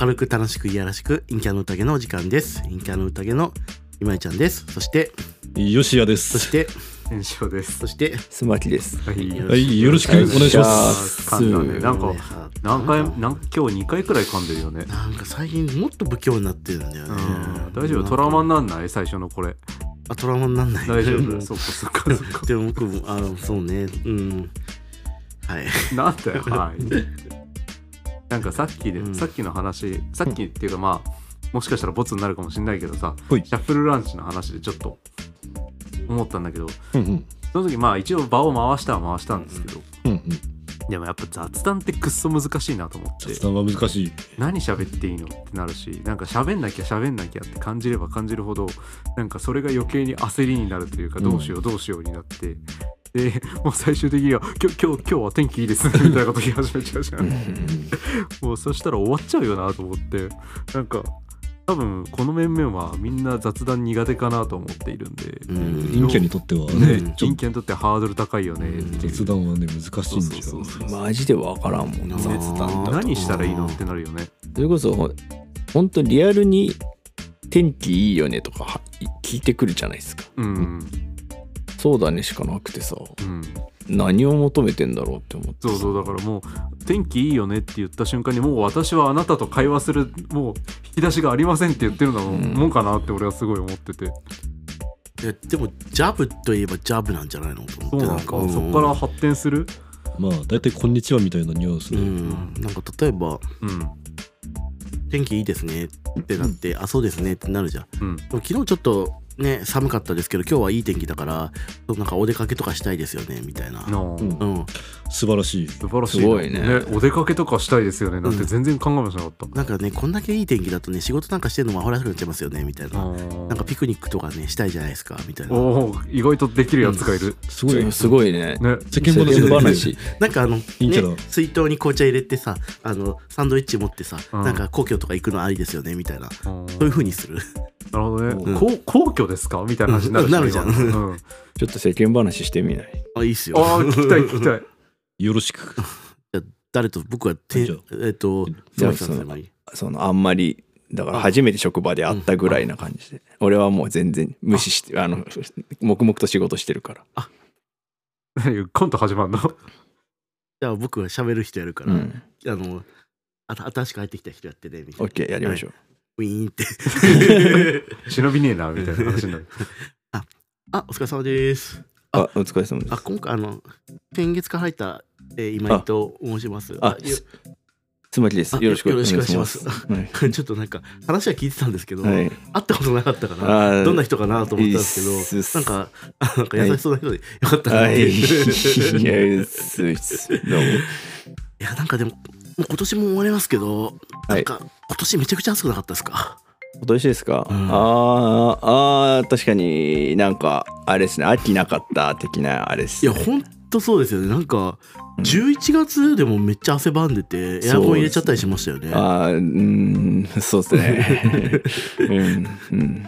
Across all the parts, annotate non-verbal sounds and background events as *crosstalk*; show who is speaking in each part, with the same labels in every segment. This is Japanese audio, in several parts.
Speaker 1: 明るく楽しくいやらしく陰キャの宴のお時間です陰キャの宴の今井ちゃんですそして
Speaker 2: よしやで
Speaker 1: そし
Speaker 2: す。
Speaker 1: て
Speaker 3: 炎症です
Speaker 1: そ。して
Speaker 4: すまきです。
Speaker 3: は
Speaker 2: はい、よろしくお願いします。
Speaker 3: 噛んだね。なんか
Speaker 1: ね、あ
Speaker 3: 何回、なん今日2回くらい噛んでるよね。
Speaker 1: なんか最近もっと不況になってるんだよ
Speaker 3: う
Speaker 1: ね
Speaker 3: ん、大丈夫トラウマになんない最初のこれ。
Speaker 1: あトラウマになんない
Speaker 3: 大丈
Speaker 1: う
Speaker 3: 夫
Speaker 1: ん
Speaker 3: そっかそっ
Speaker 1: *laughs*
Speaker 3: かそっか。
Speaker 1: でも僕もあそうねうんはい
Speaker 3: なんだよ、はい。なんかさっきで、
Speaker 1: うん
Speaker 3: さっきの話、さっきっていうかまあ、もしかしたらボツになるかもしれないけどさ、
Speaker 2: はい
Speaker 3: シャッフルランチの話でちょっと思ったんだけど、
Speaker 2: うんうん
Speaker 3: その時まあ一応場を回したは回したんですけど、
Speaker 2: うんうん。
Speaker 3: でもやっぱ雑談ってくっそ難しいなと思って
Speaker 2: 雑、談は難しい。
Speaker 3: 何喋っていいのってなるし、なんか喋んなきゃ喋んなきゃって感じれば感じるほど、なんかそれが余計に焦りになるというか、
Speaker 2: うん
Speaker 3: どうしようどうしようになって、で、もう最終的には、今日、今日、今日は天気いいですね、 *laughs* みたいなこと言い始めちゃうじゃん。もうそしたら終わっちゃうよなと思ってなんか多分この面々はみんな雑談苦手かなと思っているんで、
Speaker 1: うん
Speaker 2: 陰キャにとっては
Speaker 3: ね
Speaker 2: ね、ちょ
Speaker 3: 陰キャにとってハードル高いよねっていう
Speaker 2: 雑談はね、難しいんでし
Speaker 3: そ
Speaker 2: ょ
Speaker 3: うそうそうそう
Speaker 4: マジでわからんもんな。
Speaker 1: 雑談だと
Speaker 3: 何したらいいのってなるよね
Speaker 4: それこそほん本当リアルに天気いいよねとかはい聞いてくるじゃないですか。
Speaker 3: うん
Speaker 4: そうだねしかなくてさ、
Speaker 3: うん
Speaker 4: 何を求めてんだろうって思って。
Speaker 3: そうそうだからもう天気いいよねって言った瞬間にもう私はあなたと会話するもう引き出しがありませんって言ってるのはもう
Speaker 4: うん
Speaker 3: もんかなって俺はすごい思ってて
Speaker 1: えでもジャブといえばジャブなんじゃないのと思っ
Speaker 3: そう
Speaker 1: て
Speaker 3: なんかそこから発展する
Speaker 2: まあ、大体こんにちはみたいなニュアンス
Speaker 1: う
Speaker 2: で。
Speaker 1: んなんか例えば
Speaker 3: うん
Speaker 1: 「天気いいですね」ってなって「あそうですね」ってなるじゃんで
Speaker 3: うん
Speaker 1: も昨日ちょっとね寒かったですけど今日はいい天気だからなんかお出かけとかしたいですよねみたいな
Speaker 3: の
Speaker 2: うん
Speaker 1: うん
Speaker 2: 素晴らしい。
Speaker 3: 素晴らしい
Speaker 4: すごいね
Speaker 3: お出かけとかしたいですよねなんて
Speaker 1: うん
Speaker 3: 全然考えもしなかった、
Speaker 1: なんかねこんだけいい天気だとね仕事なんかしてるのもアホらしくなっちゃいますよねみたいな
Speaker 3: な
Speaker 1: なんかピクニックとかねしたいじゃないですかみたいな
Speaker 3: おお意外とできるやつがいる、
Speaker 2: すごい。
Speaker 4: すごいね。
Speaker 3: ね
Speaker 2: 世間話だ
Speaker 4: 世間
Speaker 2: ね
Speaker 4: 話。
Speaker 1: なんかあの、ね
Speaker 2: いいけど、
Speaker 1: 水筒に紅茶入れてさあのサンドイッチ持ってさ、
Speaker 3: うん
Speaker 1: なんか皇居とか行くのありですよねみたいなそ
Speaker 3: うん
Speaker 1: ういう風にする *laughs*
Speaker 3: なるほどね、
Speaker 2: うん
Speaker 3: こう皇居ですかみたいな話にな
Speaker 1: う
Speaker 3: るしね
Speaker 1: んなるじゃん
Speaker 3: 今うん、
Speaker 4: ちょっと世間話してみない。
Speaker 1: あいいっすよ
Speaker 3: ああ聞きたい聞きたい
Speaker 2: よろしく。
Speaker 1: *laughs* 誰と僕はて
Speaker 2: じゃあ
Speaker 1: えっ、と
Speaker 4: じゃあ
Speaker 1: 椿さんですねまあいい
Speaker 4: そのあんまりだから初めて職場で会ったぐらいな感じで、俺はもう全然無視してあの黙々と仕事してるから。
Speaker 3: 何コント始まんの *laughs*
Speaker 1: じゃあ僕は喋る人やるか
Speaker 4: う
Speaker 1: ら、
Speaker 4: ん。
Speaker 1: あのあ新しく入ってきた人やってねみたい
Speaker 4: オ
Speaker 1: な
Speaker 4: ッケーやりましょう。
Speaker 1: ウィーンって
Speaker 4: *laughs*
Speaker 3: 忍びねえなみたいな話になる
Speaker 1: あお疲れ様です
Speaker 4: あお疲れ様で
Speaker 1: あ
Speaker 4: す。
Speaker 1: 今回あの先月から入った、えー今井と申します
Speaker 4: あ
Speaker 1: よ
Speaker 4: すつまきです。
Speaker 1: あ
Speaker 4: よろしくお願いしま
Speaker 1: よ
Speaker 4: す。
Speaker 1: ろしくお願
Speaker 4: はい。
Speaker 1: ちょっとなんか話は聞いてたんですけど、
Speaker 4: はい
Speaker 1: 会ったことなかったから
Speaker 4: あー
Speaker 1: どんな人かなと思ったんです
Speaker 4: いいっ
Speaker 1: けど
Speaker 4: す
Speaker 1: なんかあなんか優しそうな人でよかったな
Speaker 4: は
Speaker 1: っ *laughs*
Speaker 4: い。
Speaker 1: て
Speaker 4: い
Speaker 1: いう、
Speaker 4: や
Speaker 1: い、
Speaker 4: いすいすどうも。
Speaker 1: やなんかでももう今年も終わりますけど
Speaker 4: は
Speaker 1: ないんか今年めちゃくちゃ暑くなかったですか、
Speaker 4: 今年ですか、
Speaker 1: うん
Speaker 4: あーあー確かになんかあれですね秋なかった的なあれです
Speaker 1: い
Speaker 4: ね
Speaker 1: やほんとそうですよねなんか
Speaker 4: うん
Speaker 1: 11月でもめっちゃ汗ばんでてエアコン入れちゃったりしましたよね
Speaker 4: あーうーんそうで
Speaker 1: *laughs*
Speaker 4: すねうん、うん、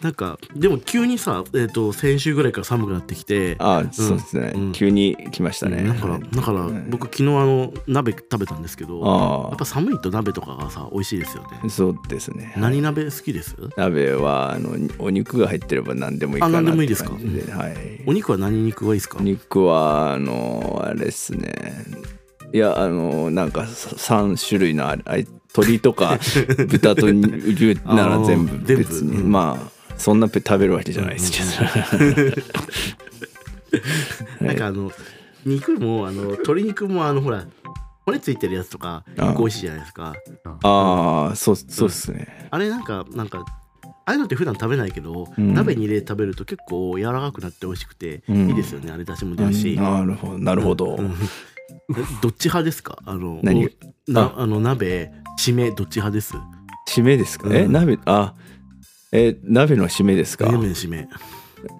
Speaker 1: なんかでも急にさ、えー、と先週ぐらいから寒くなってきて
Speaker 4: あーそうですね、
Speaker 1: うん
Speaker 4: 急に来ましたね、
Speaker 1: だからだから
Speaker 4: うん
Speaker 1: 僕昨日あの鍋食べたんですけど
Speaker 4: あ
Speaker 1: やっぱ寒いと鍋とかがさ美味しいですよね
Speaker 4: あそうですね
Speaker 1: 何鍋好きです
Speaker 4: 鍋はあのお肉が入ってれば何でもいいかな
Speaker 1: あ何でもいい
Speaker 4: って
Speaker 1: ですか
Speaker 4: 感じはい
Speaker 1: お肉は何肉がいいですか
Speaker 4: お肉はあのあれですねいやあのなんか3種類のあれあれ鶏と
Speaker 1: *laughs*
Speaker 4: か豚と牛なら全
Speaker 1: あー
Speaker 4: 部
Speaker 1: 全部
Speaker 4: 別に
Speaker 1: うん
Speaker 4: まあそんな食べるわけじゃないですけ
Speaker 1: *laughs*
Speaker 4: ど
Speaker 1: なんかあの肉もあの鶏肉もあのほら骨ついてるやつとか
Speaker 4: あ
Speaker 1: 結構美味しいじゃないですか
Speaker 4: ああそうそうっすね、
Speaker 1: あれなんかなんかああいうのって普段食べないけど、
Speaker 4: うん
Speaker 1: 鍋に入れて食べると結構柔らかくなって美味しくて、
Speaker 4: うん
Speaker 1: いいですよねあれ出汁も出るし、
Speaker 4: なるほどなるほど、
Speaker 1: うんうんどっち派ですかあの
Speaker 4: 何
Speaker 1: おなあの鍋締めどっち派です
Speaker 4: 締めですか、え
Speaker 1: うん
Speaker 4: 鍋あえ鍋の締めですか
Speaker 1: 冷麺締め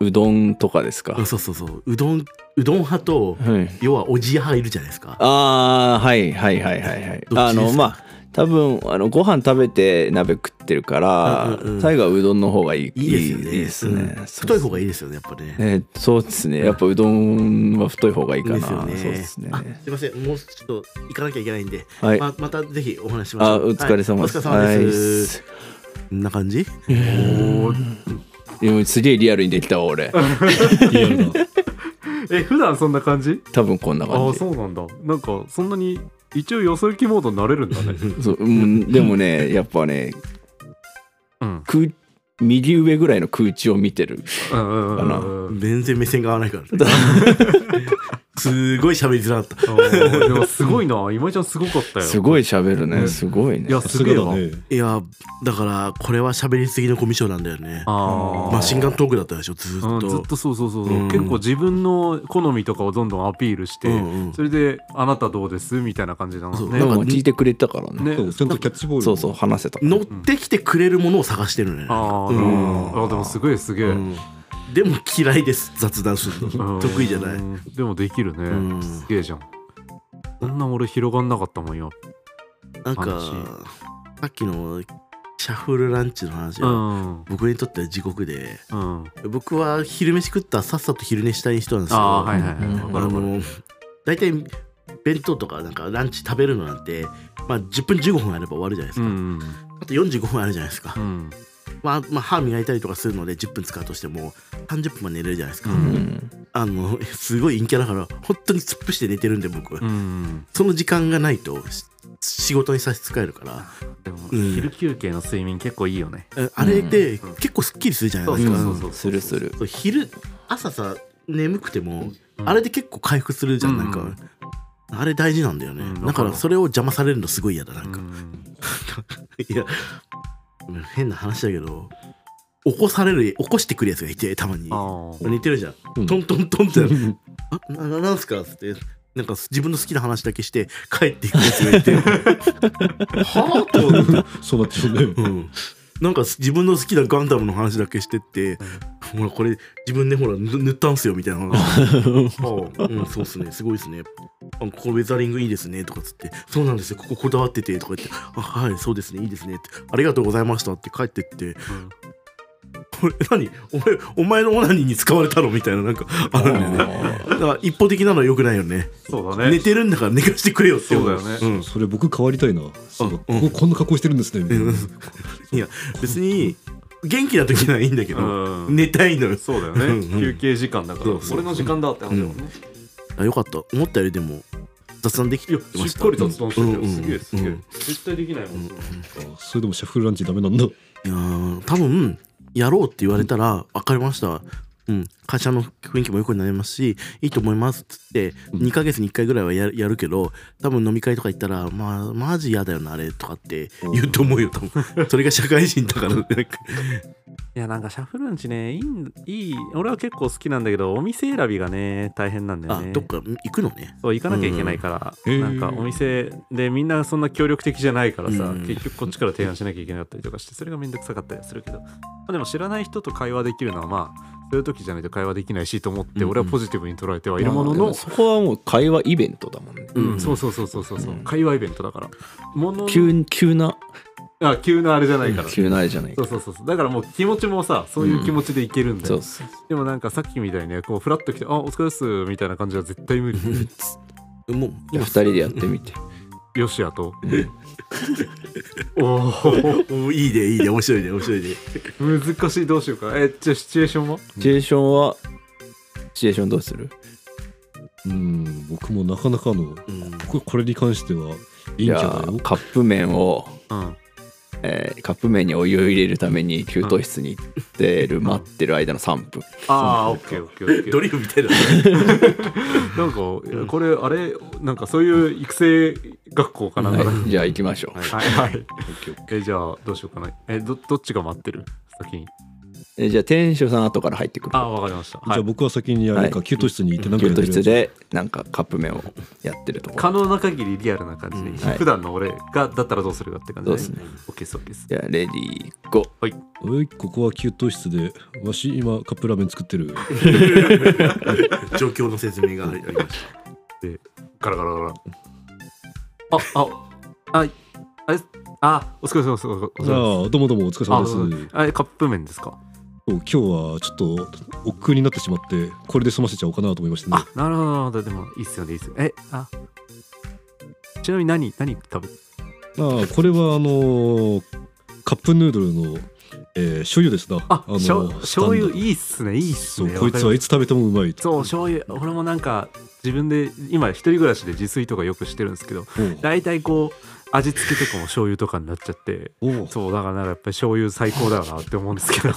Speaker 4: うどんとかですか、
Speaker 1: うんそうそうそううどんうどん派と
Speaker 4: はい
Speaker 1: 要はおじや派いるじゃないですか
Speaker 4: ああはいはいはいはいはい
Speaker 1: どっちですか
Speaker 4: あのまあ多分あのご飯食べて鍋食ってるから
Speaker 1: うんうんうん
Speaker 4: 最後はうどんの方がいい
Speaker 1: いいですよね。
Speaker 4: いいですね
Speaker 1: うん
Speaker 4: そう
Speaker 1: 太い方がいいですよね、やっぱね。
Speaker 4: ねそうですねやっぱうどんは太い方がいいかな
Speaker 1: ですよね
Speaker 4: そうですね
Speaker 1: あすいません、もうちょっと行かなきゃいけないんで、
Speaker 4: はい、
Speaker 1: ままたぜひお話ししましょ
Speaker 4: あ
Speaker 1: う。
Speaker 4: お疲れ様です、
Speaker 1: はいお疲れ様です。
Speaker 4: は
Speaker 1: こんな感じ
Speaker 3: おー
Speaker 4: いでもすげえリアルにできたわ俺
Speaker 2: リアルな。
Speaker 3: え普段そんな感じ
Speaker 4: 多分こんな
Speaker 3: あ
Speaker 4: 感
Speaker 3: あ
Speaker 4: じ
Speaker 3: そうなんだなんかそんなに一応よそ行きモードになれるんだね
Speaker 1: *laughs*
Speaker 4: そう、うん、でもねやっぱね
Speaker 3: うん
Speaker 4: 空右上ぐらいの空中を見てる
Speaker 3: うんうんうんうんうん
Speaker 1: 全然目線が合わないから、ね。
Speaker 4: *laughs*
Speaker 1: すごい喋りづらかった。
Speaker 3: あーでもすごいな今井ちゃんすごかったよ
Speaker 4: すごい喋る
Speaker 3: ね
Speaker 4: ねすごいね
Speaker 3: いや
Speaker 2: さ
Speaker 3: す
Speaker 2: す
Speaker 3: げ
Speaker 2: が
Speaker 3: えわ
Speaker 2: だね。
Speaker 1: いや、だから、これは喋りすぎのコミュ障なんだよね。
Speaker 3: あー
Speaker 1: マシンガントークだったでしょ、ず
Speaker 3: う
Speaker 1: ー
Speaker 3: ん
Speaker 1: っと。
Speaker 3: ずっとそうそうそうそ
Speaker 1: う
Speaker 3: う、
Speaker 1: ん
Speaker 3: 結構自分の好みとかをどんどんアピールして、
Speaker 1: うんうん
Speaker 3: それで「あなたどうです?」みたいな感じなの
Speaker 1: そう
Speaker 3: ね
Speaker 4: でも聞いてくれたからね
Speaker 3: ね
Speaker 2: そうちゃんとキャッチボール。
Speaker 4: そうそう話せた
Speaker 1: 乗ってきてくれるものを探してるのよね。
Speaker 3: あー、
Speaker 1: うん
Speaker 3: あーでもすげえすげえ、
Speaker 1: うんでも嫌いです、雑談する
Speaker 3: うん
Speaker 1: の。得意じゃない。
Speaker 3: でもできるね、
Speaker 1: うん
Speaker 3: すげえじゃんそんな俺広がんなかったもんよ、
Speaker 1: なんか
Speaker 3: 話
Speaker 1: さっきのシャッフルランチの話
Speaker 3: う
Speaker 1: は、
Speaker 3: んうん、
Speaker 1: 僕にとっては地獄で僕は昼飯食ったらさっさと昼寝したい人なんですよ
Speaker 3: ああーはいはいはい、
Speaker 4: うん
Speaker 1: あ
Speaker 3: わかるわかる
Speaker 1: の大体弁当とかなんかランチ食べるのなんて、まあ、10分15分あれば終わるじゃないです
Speaker 3: う
Speaker 1: か、
Speaker 3: ん
Speaker 1: あと45分あるじゃないですか、
Speaker 3: うん
Speaker 1: まあまあ、歯磨いたりとかするので10分使うとしても30分は寝れるじゃないですか、
Speaker 3: う
Speaker 4: うん
Speaker 1: あのすごい陰キャだから本当に突っ伏して寝てるんで僕、
Speaker 3: うん
Speaker 1: その時間がないとし仕事に差し支えるから
Speaker 3: でも、
Speaker 1: うん
Speaker 3: 昼休憩の睡眠結構いいよね
Speaker 1: えあれで
Speaker 3: うん
Speaker 1: 結構すっきりするじゃない
Speaker 3: そう
Speaker 1: です
Speaker 3: そ
Speaker 1: か、
Speaker 3: うそうそう
Speaker 4: するする
Speaker 1: そう昼朝さ眠くても、
Speaker 3: うん
Speaker 1: あれで結構回復するじゃん、
Speaker 3: うん
Speaker 1: なんかあれ大事なんだよね、
Speaker 3: うん
Speaker 1: だからそれを邪魔されるのすごい嫌だな
Speaker 3: うん
Speaker 1: か、
Speaker 3: ん
Speaker 1: いやうん変な話だけど起こされる起こしてくるやつがいてたまに
Speaker 3: あー
Speaker 1: 似てるじゃん、
Speaker 2: うん
Speaker 1: トントントンって「あなななんすか?」っつってなんか自分の好きな話だけして帰っていくやつがいてはあと思って
Speaker 2: *laughs* そうなっちゃうね。
Speaker 1: うん、なんか自分の好きなガンダムの話だけしてって、ほらこれ自分でほらぬ塗ったんすよみたい
Speaker 3: *laughs*
Speaker 1: な話ああうんそうっすねすごいっすねあここウェザリングいいですねとかっつってそうなんですよこここだわっててとか言ってあはいそうですねいいですねってありがとうございましたって帰ってってこれ何お前お前のオナニーに使われたのみたいななんかあるんだよねだから一方的なのは良くないよね
Speaker 3: そうだね
Speaker 1: 寝てるんだから寝かしてくれよって思
Speaker 3: そうだよね
Speaker 1: うん
Speaker 2: それ僕変わりたいな。そうだ
Speaker 1: うん
Speaker 2: こここんな格好してるんですね。みたいな
Speaker 1: うんいや別に元気な時ならいいんだけど、
Speaker 3: うん
Speaker 1: 寝たいのよ
Speaker 3: そうだよね、
Speaker 1: うんうん
Speaker 3: 休憩時間だから
Speaker 1: そうそう
Speaker 3: 俺の時間だって話だもんね、
Speaker 1: あよかった思ったよりでも雑談できて
Speaker 3: いや
Speaker 1: ました
Speaker 3: しっかり雑談してるよ、
Speaker 1: うんうん
Speaker 3: すげえすげえ、
Speaker 1: うん
Speaker 3: 絶対できないもん、そんなの
Speaker 2: あそれでもシャッフルランチダメなんだ。
Speaker 1: いやー多分やろうって言われたら分かりました、うん、会社の雰囲気も良くなりますしいいと思いますっつって2ヶ月に1回ぐらいはややるけど多分飲み会とか行ったら「まあマジ嫌だよなあれ」とかって言うと思うよ多
Speaker 3: *laughs*
Speaker 1: 分それが社会人だからねなんか
Speaker 3: いやなんかシャッフルランチねいいんいい俺は結構好きなんだけどお店選びがね大変なんだよ
Speaker 1: あ
Speaker 3: ね
Speaker 1: どっか行くのね
Speaker 3: そう行かなきゃいけないから、
Speaker 2: うん
Speaker 3: なんかお店でみんなそんな協力的じゃないからさ、
Speaker 1: うん
Speaker 3: 結局こっちから提案しなきゃいけなかったりとかしてそれがめんどくさかったりはするけど、まあ、でも知らない人と会話できるのはまあそういう時じゃないと会話できないしと思って
Speaker 1: うん
Speaker 3: 俺はポジティブに捉えてはい
Speaker 4: い
Speaker 3: るものの、
Speaker 4: そこはもう会話イベントだもんね
Speaker 3: うん、そうそうそうそうそうそう会話イベントだからものの
Speaker 4: 急急な
Speaker 3: あ急なあれじゃないから、
Speaker 4: 急なあれじゃない
Speaker 3: そうそうそうそうだからもう気持ちもさそういう気持ちでいけるんだよ、
Speaker 4: そうそう
Speaker 3: でもなんかさっきみたいにねこうフラッと来て「あお疲れっす」みたいな感じは絶対無理
Speaker 1: もう
Speaker 4: 2
Speaker 1: 今
Speaker 4: 人でやってみて
Speaker 3: よしやとおお
Speaker 1: おいいでいいで面白いで面白いで
Speaker 3: 難しいどうしようかえじゃあシチュエーションは
Speaker 4: シチュエーションはシチュエーションどうする
Speaker 2: うん、僕もなかなか
Speaker 1: う
Speaker 2: の、
Speaker 1: ん
Speaker 2: ここれに関しては、陰キ
Speaker 4: いや
Speaker 2: ャだよ
Speaker 4: ー。カップ麺を、
Speaker 3: うん
Speaker 4: えーカップ麺にお湯を入れるために給湯室に行ってる待ってる間の3分
Speaker 3: ああオッケーオッケーオッケ
Speaker 1: ド
Speaker 3: ー
Speaker 1: リフみたいだね
Speaker 3: なんかいやこれあれなんかそういう育成学校かなんかだ
Speaker 4: はいじゃあ行きましょう
Speaker 3: はいはいえじゃあどうしようかなえどどっちが待ってる先に
Speaker 4: えーじゃあ店主さん後から入ってくる
Speaker 3: ああわかりました、は
Speaker 2: じゃあ
Speaker 3: い、
Speaker 2: 僕は先にあれか、
Speaker 4: はい
Speaker 2: 給湯室に行ってなんか
Speaker 4: 給
Speaker 2: やって
Speaker 4: 湯
Speaker 2: る
Speaker 4: 室でなんかカップ麺をやってるところ
Speaker 3: 可能な限りリアルな感じで、
Speaker 1: うん
Speaker 4: はい
Speaker 3: 普段の俺がだったらどうするかって感じ
Speaker 4: そう
Speaker 3: ねオッケーですオッケーです
Speaker 4: じゃあレディーゴー
Speaker 2: おいここは給湯室でわし今カップラーメン作ってる
Speaker 1: 状況の説明がありました
Speaker 3: ガラガラガラああああれあお疲れ様ですお疲れ
Speaker 2: あ
Speaker 3: 様
Speaker 2: あどうもどうもお疲れ
Speaker 3: ですあ
Speaker 2: 様です
Speaker 3: そうそうあれカップ麺ですか
Speaker 2: そう今日はちょっと億劫になってしまってこれで済ませちゃおうかなと思いましたね
Speaker 3: あなるほどなるほどでもいいっすよねいいっすよえあちなみに何何食べ
Speaker 2: ああこれはあのーカップヌードルの、えー醤油ですな
Speaker 3: あ、
Speaker 2: の
Speaker 3: しょ醤油
Speaker 2: い
Speaker 3: いいっすねいいっす
Speaker 2: そう
Speaker 3: ね
Speaker 2: こいつはいつ食べてもうまいと
Speaker 3: そう醤油俺もなんか自分で今一人暮らしで自炊とかよくしてるんですけど
Speaker 2: うん
Speaker 3: 大体こう味付けとかも醤油とかになっちゃって
Speaker 2: おう
Speaker 3: そうだからなんかやっぱり醤油最高だよなって思うんですけど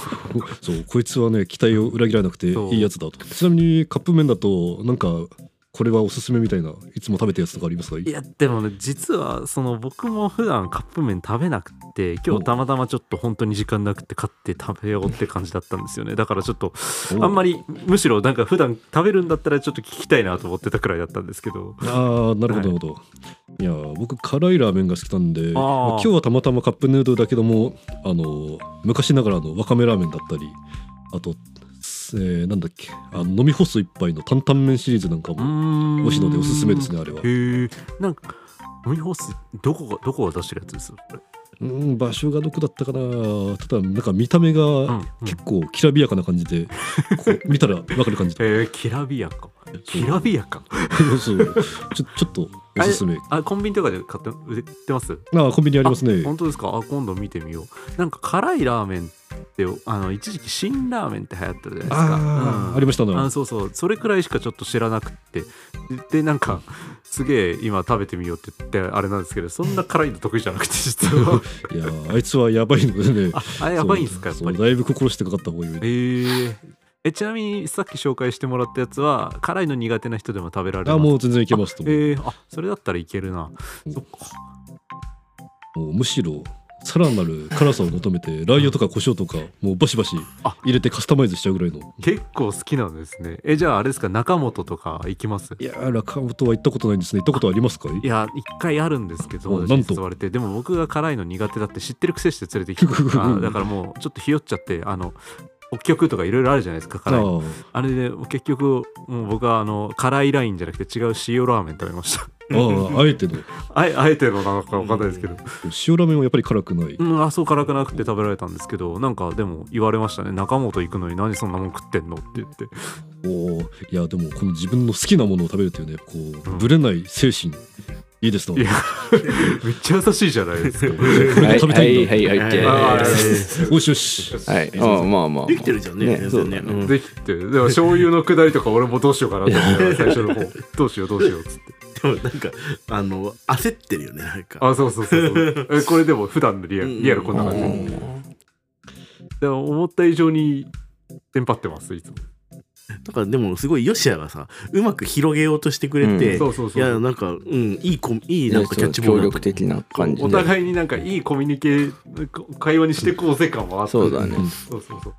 Speaker 2: そうこいつはね期待を裏切らなくて
Speaker 3: そう
Speaker 2: いいやつだとちなみにカップ麺だとなんかこれはおすすめみたいないつも食べたやつとかありますか
Speaker 3: いやでもね実はその僕も普段カップ麺食べなくて今
Speaker 2: お
Speaker 3: 日たまたまちょっと本当に時間なくて買って食べようって感じだったんですよねだからちょっと
Speaker 2: おう
Speaker 3: あんまりむしろなんか普段食べるんだったらちょっと聞きたいなと思ってたくらいだったんですけど
Speaker 2: ああなるほどなるほど、い、やー僕辛いラーメンが好きなんでまあ今日はたまたまカップヌードルだけどもあの昔ながらのわかめラーメンだったりあと、えーなんだっけあの飲み干す一杯の担々麺シリーズなんか
Speaker 3: う
Speaker 2: も
Speaker 3: ー
Speaker 2: 美
Speaker 3: ん
Speaker 2: 味しいのでおすすめですねあれは
Speaker 3: へえんか飲み干すどこがどこが出してるやつですこれ
Speaker 2: うん場所がどこだったかなただなんか見た目が結構きらびやかな感じで、こ
Speaker 3: *laughs*
Speaker 2: う見たらわかる感じ
Speaker 3: うんうん、へえきらびやかきらびやか *laughs*
Speaker 2: そうちょちょっとおすすめ
Speaker 3: あコンビニとかで買って売ってます
Speaker 2: あコンビニありますね
Speaker 3: 本当ですかあ今度見てみようなんか辛いラーメンってあの一時期辛ラーメンって流行ったじゃないですか
Speaker 2: あー、
Speaker 3: うん
Speaker 2: ありましたね
Speaker 3: あそうそうそれくらいしかちょっと知らなくってでなんかすげえ今食べてみようって言ってあれなんですけどそんな辛いの得意じゃなくて
Speaker 2: *laughs*
Speaker 3: 実は
Speaker 2: いやーあいつはやばいのでね
Speaker 3: ああれやばいんですかやっ
Speaker 2: そう
Speaker 3: ぱり
Speaker 2: そうだいぶ心してかかった方がいい
Speaker 3: えーえちなみにさっき紹介してもらったやつは辛いの苦手な人でも食べられます
Speaker 2: あもう全然いけますと思う、
Speaker 3: えーあそれだったらいけるな
Speaker 2: うん
Speaker 3: そっか
Speaker 2: もうむしろさらなる辛さを求めてラー油とか胡椒とかもうバシバシ
Speaker 3: あ
Speaker 2: 入れてカスタマイズしちゃうぐらいの
Speaker 3: 結構好きなんですねえじゃああれですか中本とか行きます
Speaker 2: いやー中本は行ったことないんですね行ったことありますか
Speaker 3: いや一回あるんですけ
Speaker 2: う
Speaker 3: ど
Speaker 2: んなんと
Speaker 3: 誘われてでも僕が辛いの苦手だって知ってるくせして連れてきてあだからもうちょっとひよっちゃってあの北極とかいろいろあるじゃないですか
Speaker 2: ああ
Speaker 3: 辛いのあれで結局もう僕はあの辛いラインじゃなくて違う塩ラーメン食べました *laughs*
Speaker 2: あああえての
Speaker 3: あえあえてのなのか分かんないですけど、
Speaker 2: 塩ラーメンはやっぱり辛くない、
Speaker 3: うん、あそう辛くなくて食べられたんですけどなんかでも言われましたね中本行くのに何そんなもん食ってんのって言って
Speaker 2: おーいやでもこの自分の好きなものを食べるというねこう
Speaker 3: うん
Speaker 2: ぶれない精神いいですない
Speaker 3: やめっちゃ優しいじゃないですか
Speaker 2: これが食べたいんだ、
Speaker 4: はいはいはい、
Speaker 3: あ
Speaker 4: は
Speaker 3: ー
Speaker 2: *laughs* よしよし
Speaker 3: *laughs*
Speaker 4: い、はい、あまあまあ。
Speaker 1: できてるじゃんね
Speaker 4: ね
Speaker 1: 全
Speaker 4: そう
Speaker 1: 然
Speaker 4: だ
Speaker 1: ね
Speaker 4: ね
Speaker 1: うん
Speaker 3: できてでも醤油のくだりとか俺もどうしようかなと思って最初の方どうしようどうしようっつって
Speaker 1: でもなんかあの焦ってるよねなんか
Speaker 3: あそうそうそうそうえこれでも普段のリア
Speaker 1: うん
Speaker 3: ルリアルこんな感じ、
Speaker 1: うん
Speaker 3: でも思った以上にテンパってますいつも、
Speaker 1: だからでもすごいヨシアがさうまく広げようとしてくれて、
Speaker 4: う
Speaker 3: そうそうそう
Speaker 1: いやなんかうんいいコいいなんかキャッチボー
Speaker 4: 協
Speaker 1: ルだ
Speaker 4: 力
Speaker 1: と
Speaker 4: 的な感じ
Speaker 3: お
Speaker 4: で。
Speaker 3: 互いになんかいいコミュニケー会話にしてこうぜ感はあった
Speaker 4: そうだね。
Speaker 3: そうそうそうこ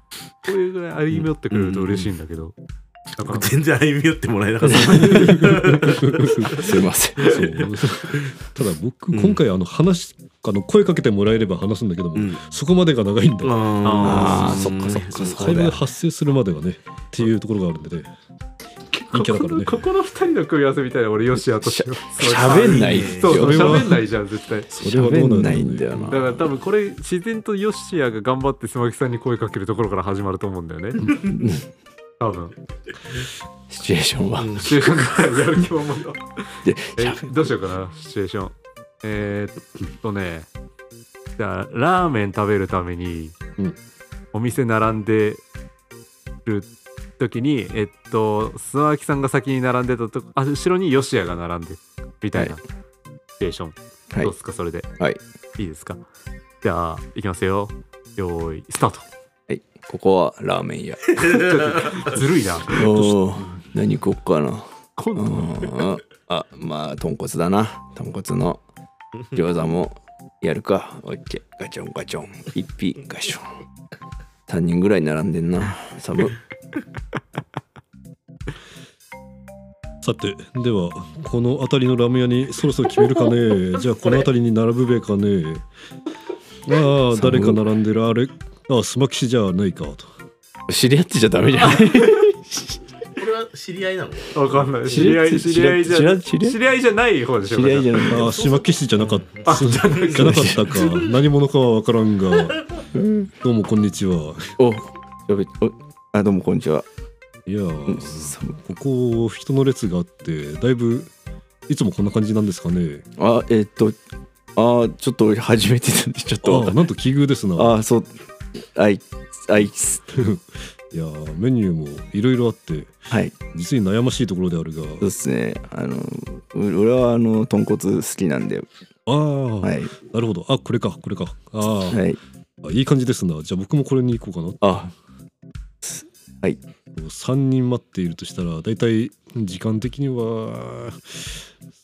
Speaker 3: ういうぐらい歩み寄ってくれると嬉しいんだけど、だから
Speaker 1: 全然歩み寄ってもらえなかった
Speaker 4: すいません。
Speaker 2: そうただ僕今回あの話、あの声かけてもらえれば話すんだけども、
Speaker 4: *laughs*
Speaker 1: うん
Speaker 2: そこまでが長いんだ
Speaker 1: あ
Speaker 4: あーそっかそっかそ
Speaker 2: 会
Speaker 4: う
Speaker 2: 話
Speaker 4: だ
Speaker 2: が
Speaker 4: よ
Speaker 2: 発生するまでがねっていうところがあるんでね陰キャだからね
Speaker 3: こここの二人の組み合わせみたいな俺よしやとしよう
Speaker 4: 喋んない
Speaker 3: そうそう
Speaker 2: それは
Speaker 3: 喋んないじゃん絶対
Speaker 2: それはどうなんだろ
Speaker 4: 喋
Speaker 2: うん
Speaker 4: ないんだよ
Speaker 2: ね
Speaker 4: な
Speaker 3: だから多分これ自然とヨッシアが頑張ってスマキさんに声かけるところから始まると思うんだよね多分
Speaker 4: シチュエーションは。
Speaker 3: シチュエーションからやる気ももだ
Speaker 4: で、
Speaker 3: え
Speaker 4: しゃべ
Speaker 3: どうしようかなシチュエーションえー、っとねじゃあラーメン食べるために、
Speaker 2: うん
Speaker 3: お店並んでる時にえっとスマキさんが先に並んでたとこあ後ろにヨシアが並んでみたいなシチュエーション、
Speaker 4: はい
Speaker 3: どうですかそれで
Speaker 4: はい。
Speaker 3: いいですかじゃあいきますよよーいスタート
Speaker 4: はい。ここはラーメン屋。
Speaker 3: ずるいな。
Speaker 4: おー何食おっかな。
Speaker 3: 今
Speaker 4: う
Speaker 3: 度
Speaker 4: んあ、あまあ、豚骨だな。豚骨の餃子もやるか。オッケー。ガチョンガチョン。一匹ガチョン。3人ぐらい並んでんな。
Speaker 1: *laughs*
Speaker 4: サブ。
Speaker 2: さてではこの辺りのラーメン屋にそろそろ決めるかねじゃあこの辺りに並ぶべかねああ
Speaker 4: 寒
Speaker 2: 誰
Speaker 4: い
Speaker 2: か並んでるあれあスマキシじゃないかと
Speaker 4: 知り合ってちゃダメじゃん。
Speaker 1: これは知り合いなの
Speaker 3: わかんない。知り合い、知り合いじゃ、
Speaker 4: 知ら知ら
Speaker 3: 知り合いじゃない方でしょ。
Speaker 4: 知り合いじゃ
Speaker 3: ゃ
Speaker 4: ない
Speaker 2: あー島騎士じゃなかった
Speaker 3: あじゃない
Speaker 2: じゃなかったか何者かは分からんがどうもこんにちは
Speaker 4: おやべおあどうもこんにちはい
Speaker 2: やー
Speaker 4: うん寒い
Speaker 2: ここ人の列があってだいぶいつもこんな感じなんですかね
Speaker 4: あえっとあちょっと俺初めてなんでちょっ
Speaker 2: あ
Speaker 4: とわか
Speaker 2: ー
Speaker 4: んない
Speaker 2: なんと奇遇ですない
Speaker 4: あそうあいあい
Speaker 2: やーメニューもいろいろあって
Speaker 4: はい
Speaker 2: 実に悩ましいところであるが
Speaker 4: そうですねあのう俺はあの豚骨好きなんで
Speaker 2: ああ、
Speaker 4: はい
Speaker 2: なるほどあこれかこれかあー、
Speaker 4: はい
Speaker 2: あいい感じですなじゃあ僕もこれに行こうかな
Speaker 4: あ
Speaker 2: 3人待っているとしたらだいたい時間的には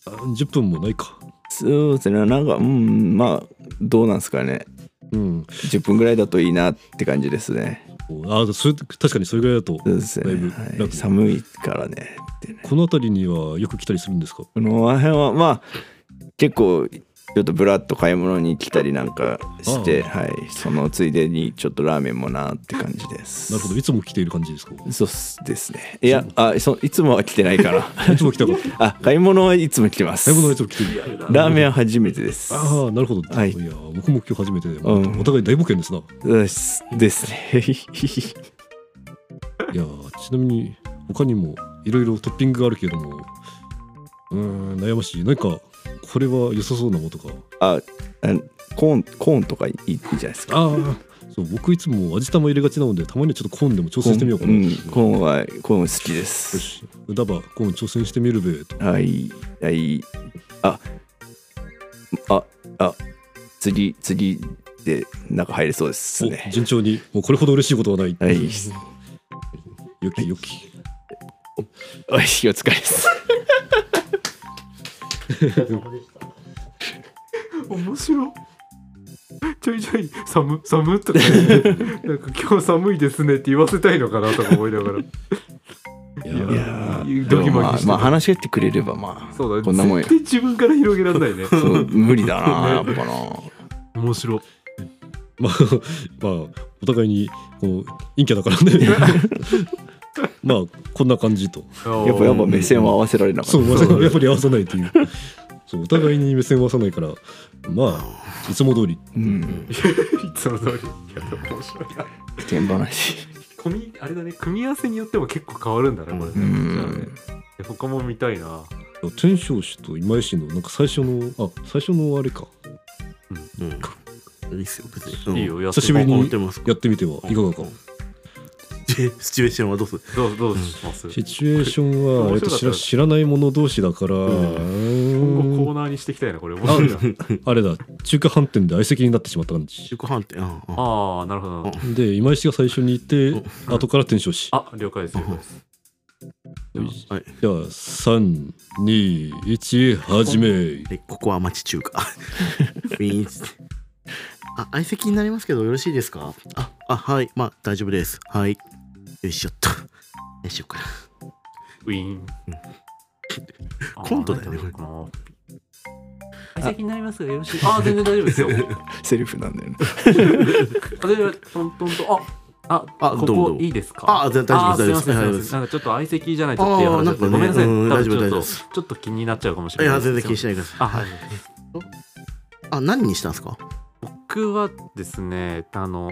Speaker 2: 30分もないか
Speaker 4: そうですねなんかうんまあどうなんですかね
Speaker 2: うん
Speaker 4: 10分ぐらいだといいなって感じですね
Speaker 2: あそれ確かにそれぐらいだと
Speaker 4: そうですね、
Speaker 2: だいぶ
Speaker 4: はい
Speaker 2: 楽
Speaker 4: 寒いからねってね
Speaker 2: この辺りにはよく来たりするんですか
Speaker 4: この辺はまあ結構ちょっとブラッと買い物に来たりなんかして、
Speaker 2: あ
Speaker 4: はい、そのついでにちょっとラーメンもなって感じです。
Speaker 2: なるほどいつも来ている感じですかい
Speaker 4: そうっすですね。いや、あ、そいつもは来てないから
Speaker 2: *laughs* つも来た
Speaker 4: *laughs*
Speaker 2: かった
Speaker 4: あ、買い物はいつも来てます。
Speaker 2: 買い物はいつも来てる
Speaker 4: ラーメンは初めてです。
Speaker 2: ああなるほど、
Speaker 4: はい
Speaker 2: や僕も今日初めてで、
Speaker 4: うん
Speaker 2: お互い大冒険ですな
Speaker 4: ですですね。 *laughs*
Speaker 2: いやちなみに他にもいろいろトッピングがあるけれどもうーん悩ましい何かこれは良さそうなものとか
Speaker 4: あ、あのコーンコーンとかいいいいじゃないですか。
Speaker 2: ああそう僕いつも味玉入れがちなのでたまにはちょっとコーンでも挑
Speaker 4: コー
Speaker 2: 戦
Speaker 4: ン
Speaker 2: してみようかな、
Speaker 4: うん
Speaker 2: よ
Speaker 4: コーンはコーン好きです。
Speaker 2: しうだばコーン挑戦してみるべと
Speaker 4: はい、はい、あ、あ、あ、次、次で中入れそうです
Speaker 2: お
Speaker 4: ね。
Speaker 2: 順調にもうこれほど嬉しいことはない、
Speaker 4: はい
Speaker 2: よきよき
Speaker 4: おいしいお疲れです。
Speaker 3: 面白い。ちょいちょい寒寒とか言ってなんか今日寒いですねって言わせたいのかなとか思いながら
Speaker 2: いや
Speaker 4: い
Speaker 2: ー
Speaker 4: やー
Speaker 3: ドキドキして
Speaker 4: でもまあ
Speaker 3: る
Speaker 4: まあ話し合ってくれればまあ、
Speaker 3: そうだ
Speaker 4: こんなもんや
Speaker 3: 絶。対自分から広げられないね
Speaker 4: そう無理だな、やっぱな。
Speaker 3: 面白い
Speaker 2: まあ、 *laughs* まあ、お互いにこう陰キャだからね
Speaker 4: *laughs*
Speaker 2: まあこんな感じと
Speaker 4: やっぱやっぱ
Speaker 3: ね
Speaker 4: 目線は合わせられなかった。
Speaker 2: そうまさかやっぱり合わさないというそうお互いに目線を合わさないからまあいつも通り
Speaker 4: うん。
Speaker 3: いつも通りいや面白い
Speaker 4: 天話。
Speaker 3: 組みあれだね組み合わせによっても結構変わるんだねこれね
Speaker 4: うん
Speaker 3: じゃあねで他も見たいな
Speaker 2: 天正氏と今井氏のなんか最初のあ最初のあれか
Speaker 1: うん。いいっすよ、別に。うん
Speaker 3: いいよやって
Speaker 2: 久しぶり
Speaker 1: 思っ
Speaker 2: に
Speaker 1: てます。
Speaker 2: やってみてはいかがか
Speaker 1: で *laughs* シチュエーションはどうする
Speaker 3: どうどうします
Speaker 2: シチュエーションはあれと知ら知らない者同士だから、
Speaker 3: 今後コーナーにしていきたいなこれ面白いな
Speaker 2: あれだ中華飯店で相席になってしまった感じ
Speaker 1: 中古飯店。うんうん
Speaker 3: ああなるほどな
Speaker 2: で今井氏が最初にいて後から天正氏
Speaker 3: あ了解です了解です
Speaker 1: はい
Speaker 2: では321始
Speaker 3: *laughs*
Speaker 2: め
Speaker 1: でここは町中華。 *laughs* ウィーンっつってあ、相席になりますけどよろしいですかあ、あ、はい。まあ大丈夫です。はい。よいしょっと。よいしょっかな。
Speaker 3: ウィーン
Speaker 1: コントだよねこれ
Speaker 3: こ相席になりますがよろしいああ全然大丈
Speaker 1: *laughs*
Speaker 3: 夫ですよ
Speaker 4: セリフなんだよね。
Speaker 3: あ全然トントンとああ
Speaker 1: あ
Speaker 3: こ
Speaker 1: どうもどう
Speaker 3: こ
Speaker 1: も
Speaker 3: いいですか
Speaker 1: あ全然大丈夫です
Speaker 3: あすいませんすい
Speaker 1: 大丈
Speaker 3: ま
Speaker 1: 夫
Speaker 3: せ
Speaker 1: で
Speaker 3: ん
Speaker 1: す
Speaker 3: なんかちょっと相席じゃないとっていう話だった
Speaker 1: あー
Speaker 3: ごめんなさい
Speaker 1: なんかねうん
Speaker 3: 多分
Speaker 1: 大丈夫大
Speaker 3: ちょっと
Speaker 1: 丈夫です
Speaker 3: ちょっと気になっちゃうかもし
Speaker 1: い
Speaker 3: れな
Speaker 1: や、
Speaker 3: い
Speaker 1: 全然気にし
Speaker 3: ない
Speaker 1: ないでください。
Speaker 3: あはい
Speaker 1: あ、何にしたんですか
Speaker 3: 僕はですねあの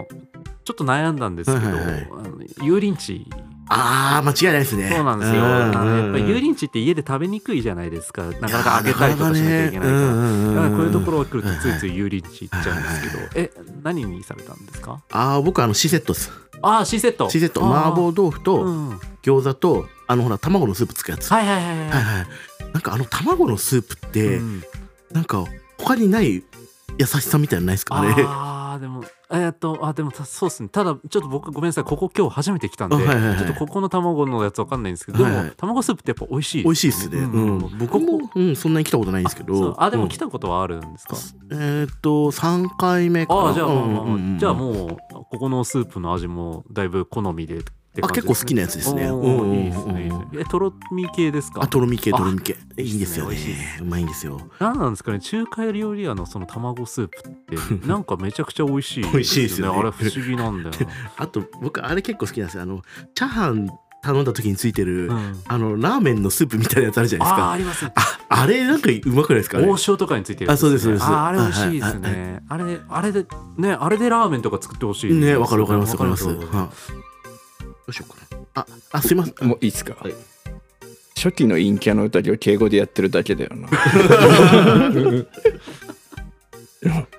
Speaker 3: ちょっと悩んだんですけど、
Speaker 1: はいはいはい
Speaker 3: あの油淋鶏
Speaker 1: あー、間違いないですね。
Speaker 3: そうなんですよ、あのやっぱり油
Speaker 1: り
Speaker 3: 淋鶏って家で食べにくいじゃないですかなかなか揚げたりとかしなきゃいけないからだからこういうところが来るとついつい油淋鶏いっちゃうんですけどえ何にされたんですか
Speaker 1: あー、僕、あの、シセットです。
Speaker 3: ああシセット
Speaker 1: シセット、
Speaker 3: あー
Speaker 1: 麻婆豆腐
Speaker 3: う
Speaker 1: と
Speaker 3: んはい
Speaker 1: 餃子と、あの、ほら、卵のスープつくやつ。
Speaker 3: はいはい
Speaker 1: はい
Speaker 3: は
Speaker 1: はい。なんかあの卵のスープっ
Speaker 3: い、
Speaker 1: て、
Speaker 3: うん
Speaker 1: なんか他にない優しさみたいなのないですかね。
Speaker 3: ああでもえーっとあでもたそうですねただちょっと僕ごめんなさいここ今日初めて来たんで、
Speaker 1: あはいはいはい
Speaker 3: ちょっとここの卵のやつわかんないんですけど、
Speaker 1: はいはい
Speaker 3: でも卵スープってやっぱ美味しい
Speaker 1: 美味しいですね。
Speaker 3: うん
Speaker 1: うん。僕
Speaker 3: こ
Speaker 1: も、うん、そんなに来たことないんですけ
Speaker 3: そう
Speaker 1: ど。
Speaker 3: あでも来
Speaker 1: た。
Speaker 3: たことはあるんですか、
Speaker 1: えーっと三回目かな。
Speaker 3: ああじゃあ、まあまあまあ
Speaker 1: うんうんうん
Speaker 3: じゃあもうここのスープの味もだいぶ好みでって感じです
Speaker 1: あ
Speaker 3: ね、
Speaker 1: 結構好きなやつですね
Speaker 3: お
Speaker 1: うんうんう
Speaker 3: ー
Speaker 1: ん
Speaker 3: いいですねいいですねえとろみ系ですか
Speaker 1: あとろみ系
Speaker 3: あ
Speaker 1: とろみ系いいんですよ
Speaker 3: い
Speaker 1: ね
Speaker 3: いっすね美味しいっ。
Speaker 1: うまいんですよ。
Speaker 3: 何なんですかね中華料理屋のその卵スープってなんかめちゃくちゃ美味しい、
Speaker 1: *laughs* 美味しいですよね
Speaker 3: あれ不思議なんだよな
Speaker 1: あと僕あれ結構好きなんですよ。あのチャーハン頼んだ時についてる、
Speaker 3: うん
Speaker 1: あのラーメンのスープみたいなやつあるじゃないです
Speaker 3: ああ
Speaker 1: か
Speaker 3: ありますね
Speaker 1: あれなんかうまくないですかあれ
Speaker 3: 王将とかについてるやつね
Speaker 1: あそうですそうです
Speaker 3: ああれ美味しいです
Speaker 1: はいは
Speaker 3: ねあれあれでねあれでラーメンとか作ってほしい
Speaker 1: ねわかるわかりますわかります
Speaker 3: わかるわか
Speaker 1: はいどうしようかなああすいません
Speaker 4: もういいっすか、
Speaker 1: はい
Speaker 4: 初期の陰キャの宴を敬語でやってるだけだよな
Speaker 1: *laughs*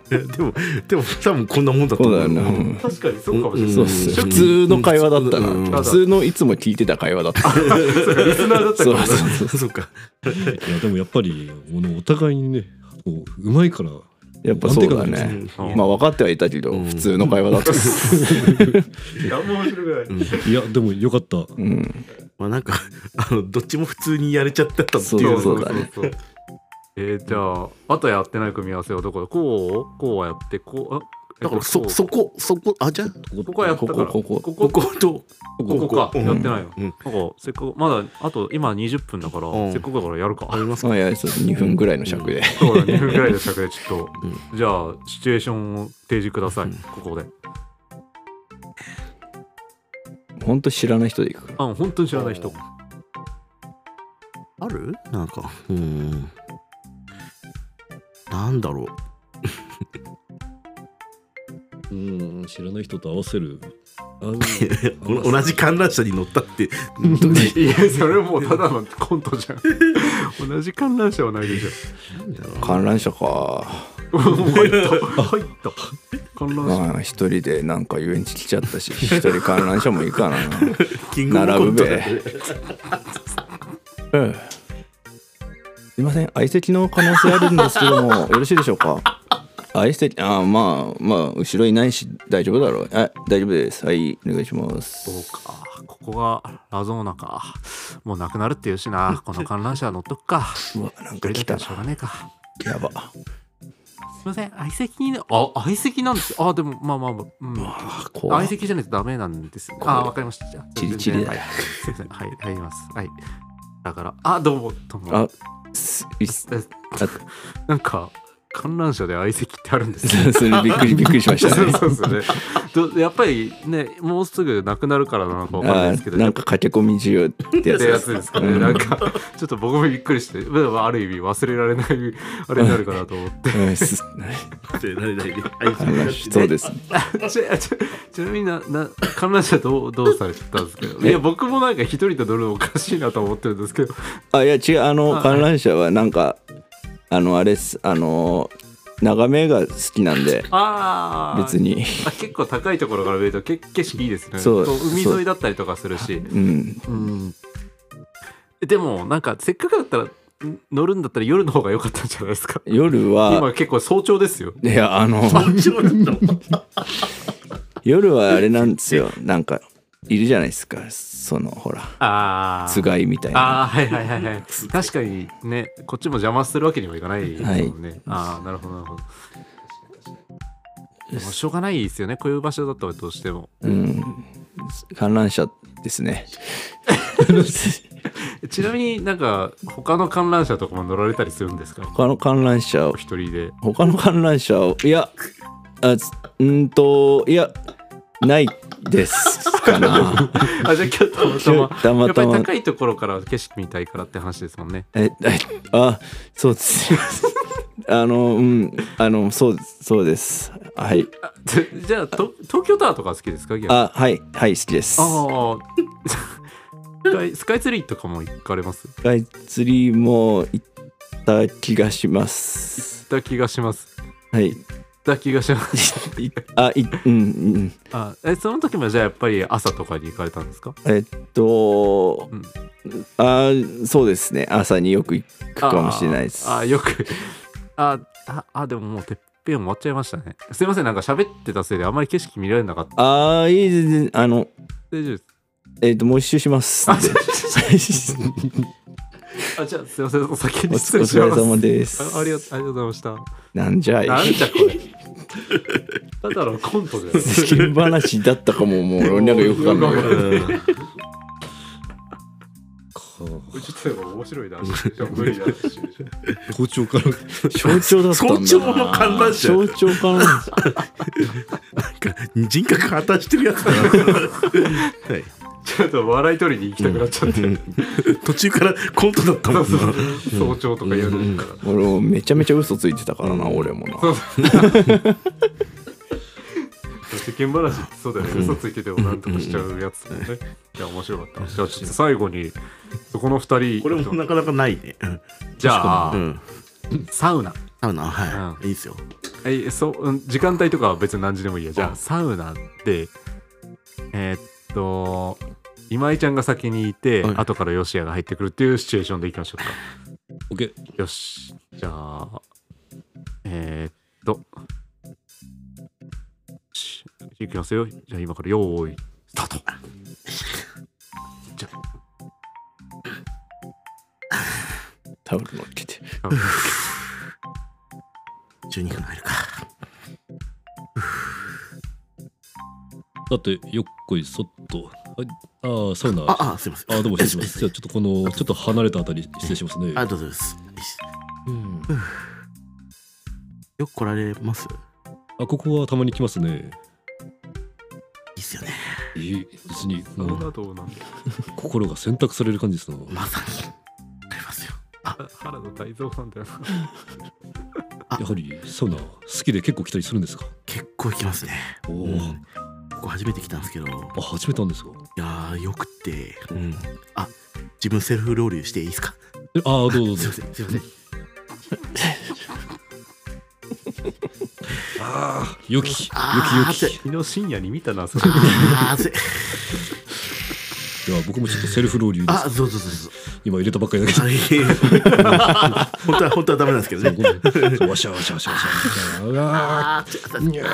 Speaker 1: でもでも多分こんなもんだと
Speaker 4: そ
Speaker 1: 思う
Speaker 4: うだよな、
Speaker 1: う
Speaker 4: うんん
Speaker 3: る確かにそうかもしれない
Speaker 4: そうっす
Speaker 1: うん
Speaker 4: 普通の会話だったな、
Speaker 1: うん
Speaker 4: 普通のいつも聞いてた会話だった
Speaker 3: そうかリスナーだったか
Speaker 4: そう
Speaker 3: ら
Speaker 4: そう
Speaker 3: ね
Speaker 4: そう
Speaker 1: *laughs* そうか
Speaker 2: いやでもやっぱりもうお互いにねこううまいから
Speaker 4: やっぱそうだ
Speaker 2: なんていうか
Speaker 1: う
Speaker 2: ね
Speaker 4: ね
Speaker 1: ん
Speaker 3: うん
Speaker 4: まあ分かってはいたけど、
Speaker 1: うん
Speaker 4: 普通の会話だったっす
Speaker 3: 何も面白くない
Speaker 2: いやでもよかった
Speaker 4: うん
Speaker 1: まあなんか *laughs* あのどっちも普通にやれちゃったっていう
Speaker 4: そうそうだね
Speaker 3: そうそうえーじゃああとやってない組み合わせはどこだこうこうはやってこうあえ
Speaker 1: だ
Speaker 3: っ
Speaker 1: から
Speaker 3: と
Speaker 1: そ
Speaker 3: こう
Speaker 1: そこそこあじゃあ
Speaker 3: ここはやったから
Speaker 4: こここ
Speaker 1: こ
Speaker 3: ここ
Speaker 1: こと
Speaker 3: ここか、
Speaker 1: うん
Speaker 3: やってないよ、
Speaker 1: うん
Speaker 3: なんかせっかくまだあと今20分だから、
Speaker 1: うん
Speaker 3: せっかくだからやるか、
Speaker 1: ありますか
Speaker 4: あいやそう2分ぐらいの尺で、
Speaker 3: そうだ2分ぐらいでしたからちょっと、
Speaker 1: う
Speaker 3: じゃあシチュエーションを提示ください、
Speaker 1: うん
Speaker 3: ここで
Speaker 4: ほんと知らない人でいくから
Speaker 3: あ本当に知らない人
Speaker 1: あるなんかうーんなんだろう
Speaker 2: うん知らない人と合わせるあ *laughs*
Speaker 1: お同じ観覧車に乗ったって
Speaker 3: いやそれもうただのコントじ
Speaker 1: *laughs*
Speaker 3: ゃん同じ観覧車はないでしょ
Speaker 1: なんだろう
Speaker 4: 観覧車か
Speaker 3: 入った入った観覧車
Speaker 4: まあ一人でなんか遊園地来ちゃったし一人観覧車もいいかな
Speaker 1: キングオブコントだね
Speaker 4: うんすいません相席の可能性あるんですけど *laughs* もよろしいでしょうか相席ああまあまあ後ろいないし大丈夫だろうあ大丈夫ですはいお願いします
Speaker 3: そうかここがラゾーナかもうなくなるっていうしなこの観覧車乗っとくか
Speaker 4: うわなん
Speaker 3: こ
Speaker 4: か
Speaker 3: れだ
Speaker 4: 来
Speaker 3: ったら
Speaker 4: た
Speaker 3: しょうが
Speaker 4: な
Speaker 3: ねえか
Speaker 4: やば
Speaker 3: すいません相席にあ相席なんですあでもまあまあまあ、うん、
Speaker 4: あ怖
Speaker 3: 相
Speaker 4: い
Speaker 3: 席じゃないとダメなんですよね。
Speaker 4: こう
Speaker 3: あ、わかりました。じゃあ、
Speaker 4: チリチリだ
Speaker 3: はい、すいません。はい、入ります。はい。だから、あ、どうも、どうも。
Speaker 4: あすいっす
Speaker 3: えなんか、観覧車で相席ってあるんですね。
Speaker 4: そ *laughs* それびっくりびっくりしまし
Speaker 3: *laughs*
Speaker 4: た
Speaker 3: そう
Speaker 4: ね
Speaker 3: そうそうねどやっぱりね、もうすぐなくなるからなのかわかんない
Speaker 4: あ
Speaker 3: ですけど、
Speaker 4: な
Speaker 3: や
Speaker 4: ん
Speaker 3: っ
Speaker 4: か駆け込み需要 *laughs* ってや
Speaker 3: ぱ
Speaker 4: つ
Speaker 3: り
Speaker 4: で
Speaker 3: や
Speaker 4: す
Speaker 3: すいですかね。なんか、ちょっと僕もびっくりして、まあまあある意味忘れられないあれになるかなと思って。
Speaker 4: うんす
Speaker 1: ってなれないではい *laughs*
Speaker 4: 観覧車そうですね
Speaker 3: ちちちなみになな観覧車どうどうされてたんですけどいや僕もなんか一人で乗るのおかしいなと思ってるんですけど
Speaker 4: あいや違うあの
Speaker 3: あ
Speaker 4: 観覧車はなんかあのあれっすあの眺めが好きなんで
Speaker 3: ああ
Speaker 4: 別に
Speaker 3: あ結構高いところから見るとけ景色いいですね
Speaker 4: そう
Speaker 3: こ海
Speaker 4: そう
Speaker 3: 沿いだったりとかするし
Speaker 4: うん
Speaker 3: うんでもなんかせっかくだったらん乗るんだったら夜の方が良かったんじゃないですか
Speaker 4: 夜は
Speaker 3: 今結構早朝ですよ
Speaker 4: いやあの *laughs* 夜はあれなんですよなんかいるじゃないですかそのほら
Speaker 3: ああ
Speaker 4: つがいみたいな
Speaker 3: ああはいはいはい *laughs* はい確かにねこっちも邪魔するわけにもいかないですもんね、ああなるほどなるほどでもしょうがないですよねこういう場所だったらどうしても
Speaker 4: うん観覧車ですね *laughs*
Speaker 3: ちなみになんか他の観覧車とかも乗られたりするんですか
Speaker 4: 他の観覧車
Speaker 3: お一人で
Speaker 4: 他の観覧車をいやあつうーんといやないですかな
Speaker 3: *laughs* あじゃあ今日 *laughs* たまたま
Speaker 4: 今
Speaker 3: や
Speaker 4: 日たま
Speaker 3: ったぱ
Speaker 4: ま
Speaker 3: り高いところから景色見たいからって話ですもんね。
Speaker 4: ええあそうです *laughs* あのうんあのそうですそうですはい
Speaker 3: あじじゃあと東京タワーとか好きですか逆に
Speaker 4: あはいはい好きです
Speaker 3: あー *laughs* スカイスカイツリーとかも行かれます行
Speaker 4: スカイツリーも行った気がします
Speaker 3: った気がします。行
Speaker 4: はい
Speaker 3: っ
Speaker 4: *laughs*
Speaker 3: た気がします。
Speaker 4: いあいうんうん
Speaker 3: あえその時もじゃあやっぱり朝とかに行かれたんですか
Speaker 4: えっと、
Speaker 3: うん
Speaker 4: あそうですね朝によく行くかもしれないです
Speaker 3: あーあーよくあああでももうてっぺん終わっちゃいましたね。すいませんなんか喋ってたせいであんまり景色見られなかった。
Speaker 4: あーいいですねあの
Speaker 3: 大丈夫です
Speaker 4: えっともう一周します
Speaker 3: あ
Speaker 4: で
Speaker 3: あじゃあすいませんお先
Speaker 4: *laughs* お
Speaker 3: に失
Speaker 4: 疲
Speaker 3: 礼しま
Speaker 4: れ
Speaker 3: す。
Speaker 4: 様です
Speaker 3: あありがとうありがとうございました。
Speaker 4: なんじゃい *laughs*
Speaker 3: なんじゃこれ。ただのコントじゃない。
Speaker 4: 世間話だったかももうなんかよくわか
Speaker 3: *laughs*
Speaker 4: んない
Speaker 1: うん *laughs*
Speaker 2: か
Speaker 3: ちょっとでも面白いな。無理だ。
Speaker 2: 盗聴から
Speaker 4: 象徴だったんだな
Speaker 1: 象徴の観覧車
Speaker 4: 象徴観覧
Speaker 3: *laughs*
Speaker 4: 車
Speaker 1: 人格果たしてるやつだな *laughs* はい
Speaker 3: ちょっと笑い取りに行きたくなっちゃって、
Speaker 1: 途中からコントだった
Speaker 3: そ
Speaker 1: もんな
Speaker 3: うそう早朝とか夜とか、
Speaker 4: 俺もめちゃめちゃ嘘ついてたからな、俺もな。
Speaker 3: *laughs* そうそう世間話ってそうだよね嘘ついててもなんとかしちゃうやつだもんねいや面白かったじゃあちょっと最後にそこの2人
Speaker 1: これもなかなかないねうん
Speaker 3: じゃあ、
Speaker 1: うん
Speaker 3: サウナ
Speaker 1: サウナはい、いいですよ
Speaker 3: えそううん時間帯とかは別に何時でもいいやじゃあサウナでえーっと今井ちゃんが先にいて、
Speaker 1: はい
Speaker 3: 後からヨシヤが入ってくるっていうシチュエーションでいきましょうか
Speaker 2: オッケー
Speaker 3: よしじゃあえー、っとよしいきますよじゃあ今から用意スタート
Speaker 4: タオル乗っ
Speaker 3: *laughs*
Speaker 4: けて。
Speaker 1: 12分入るか
Speaker 2: だってよっこいそっとはいああサウナあ
Speaker 1: ああすいません
Speaker 2: あどうも失礼しますじゃあちょっとこのちょっと離れたあたり失礼します
Speaker 1: あ
Speaker 2: ね
Speaker 1: りがとうございます
Speaker 2: うん
Speaker 1: よく来られます
Speaker 2: あここはたまに来ますね
Speaker 1: いいっすよね
Speaker 2: いい別に
Speaker 3: サ
Speaker 2: う
Speaker 3: ウ
Speaker 2: ん
Speaker 3: ナ道なんで
Speaker 2: 心が選択される感じですな
Speaker 1: まさにありますよ
Speaker 3: 原田泰造さんだよな
Speaker 2: やはりサウナ好きで結構来たりするんですか
Speaker 1: 結構行きますね
Speaker 2: おお、
Speaker 1: うんここ初めて来たんですけどい
Speaker 2: あ始めたんですか
Speaker 1: やーよくてうんあ自分セルフロウリュしていいですか
Speaker 2: えああどうぞどう
Speaker 1: すい
Speaker 2: ぞ
Speaker 1: ませんすいません
Speaker 2: ああよきよきよ
Speaker 1: あー
Speaker 2: き
Speaker 1: 熱い
Speaker 2: よ
Speaker 3: 昨日深夜に見たな *laughs* それ
Speaker 1: あー熱い
Speaker 2: きいや僕もちょっとセルフローリュで
Speaker 1: あ
Speaker 2: す
Speaker 1: そうそうそうそう
Speaker 2: 今入れたばっかりだけど
Speaker 1: あいえいえ *laughs* 本当は本当はダメなんですけど
Speaker 2: そう
Speaker 1: ね
Speaker 2: ごめんそうわしゃわしゃわしゃわしゃうわ
Speaker 1: あー熱い熱い
Speaker 2: ーいや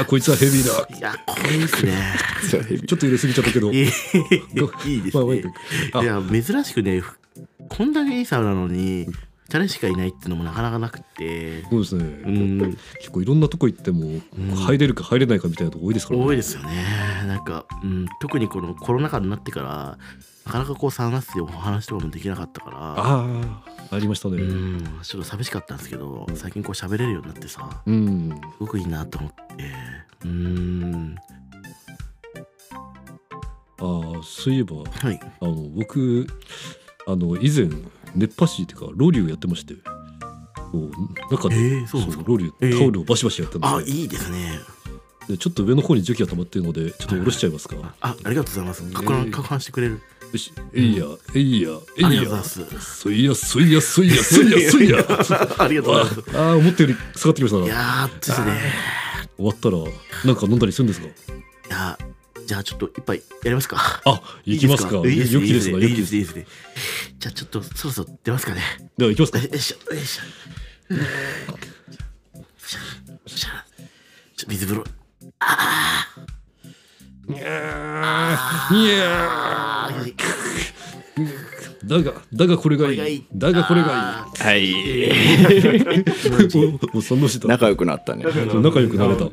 Speaker 2: ーこいつはヘビーだ
Speaker 1: いや、これいいっすね。
Speaker 4: そうヘビ
Speaker 2: ちょっと入れすぎちゃったけど
Speaker 1: *laughs* いい
Speaker 2: ど
Speaker 1: いいで
Speaker 2: ますあまあ
Speaker 1: ね
Speaker 2: いい。あ
Speaker 1: いや、珍しくね、ふこんだけいいサウナなのに、2人しかいないってのもなかなかなくて、
Speaker 2: そうですね、
Speaker 1: うん、
Speaker 2: 結構いろんなとこ行っても
Speaker 1: ん
Speaker 2: 入れるか入れないかみたいなとこ多いですから、ね
Speaker 1: 多いですよね。なんか、うん、特にこのコロナ禍になってから、なかなかこうサウナ室でお話とかもできなかったから、
Speaker 2: ああありました
Speaker 1: う
Speaker 2: ねうん、
Speaker 1: ん、ちょっと寂しかったんですけど、最近こう喋れるようになってさ、すごくいいなと思って、うん、
Speaker 2: ああそういえば
Speaker 1: はい。
Speaker 2: あの僕あの以前熱波師っていうかロウリュウやってましてそう中
Speaker 1: え
Speaker 2: で、
Speaker 1: ー、そうなんですか。
Speaker 2: ロウリュウ、
Speaker 1: ええ
Speaker 2: タオルをバシバシやったんですよ
Speaker 1: あ、いいですね。
Speaker 2: でちょっと上の方に蒸気が溜まってるのでちょっと下ろしちゃいますか、
Speaker 1: あ、ありがとうございます。かくはん、かくはんしてくれる。
Speaker 2: よしえいやえいやえい
Speaker 1: ありがとうござい
Speaker 2: や
Speaker 1: ます。
Speaker 2: そいやそいやそいやそいやそいや
Speaker 1: *laughs* ありがとうございます。
Speaker 2: ああ思ったより下がってきました
Speaker 1: い
Speaker 2: な
Speaker 1: やー、ですね。
Speaker 2: 終わったらなんか飲んだりするんですか
Speaker 1: いやー、じゃあちょっと一杯やりますか。
Speaker 2: あ行きますか
Speaker 1: いいです
Speaker 2: よ
Speaker 1: ね。い
Speaker 2: き
Speaker 1: いで
Speaker 2: で
Speaker 1: すす
Speaker 2: な
Speaker 1: ね。
Speaker 2: よ
Speaker 1: い
Speaker 2: き
Speaker 1: いで
Speaker 2: です
Speaker 1: すね。いいですね。じゃあちょっとそろそろ出ますかね。
Speaker 2: では行きますか
Speaker 1: よいしょ、よいしょ。うんよいしょよいしょちょ水風呂。
Speaker 2: いや
Speaker 1: あー、
Speaker 2: ーだがだがこれがいいだがこれが
Speaker 4: はい。
Speaker 2: いい *laughs* もうその人
Speaker 4: 仲良くなったね。
Speaker 2: 仲良くなれた
Speaker 3: あの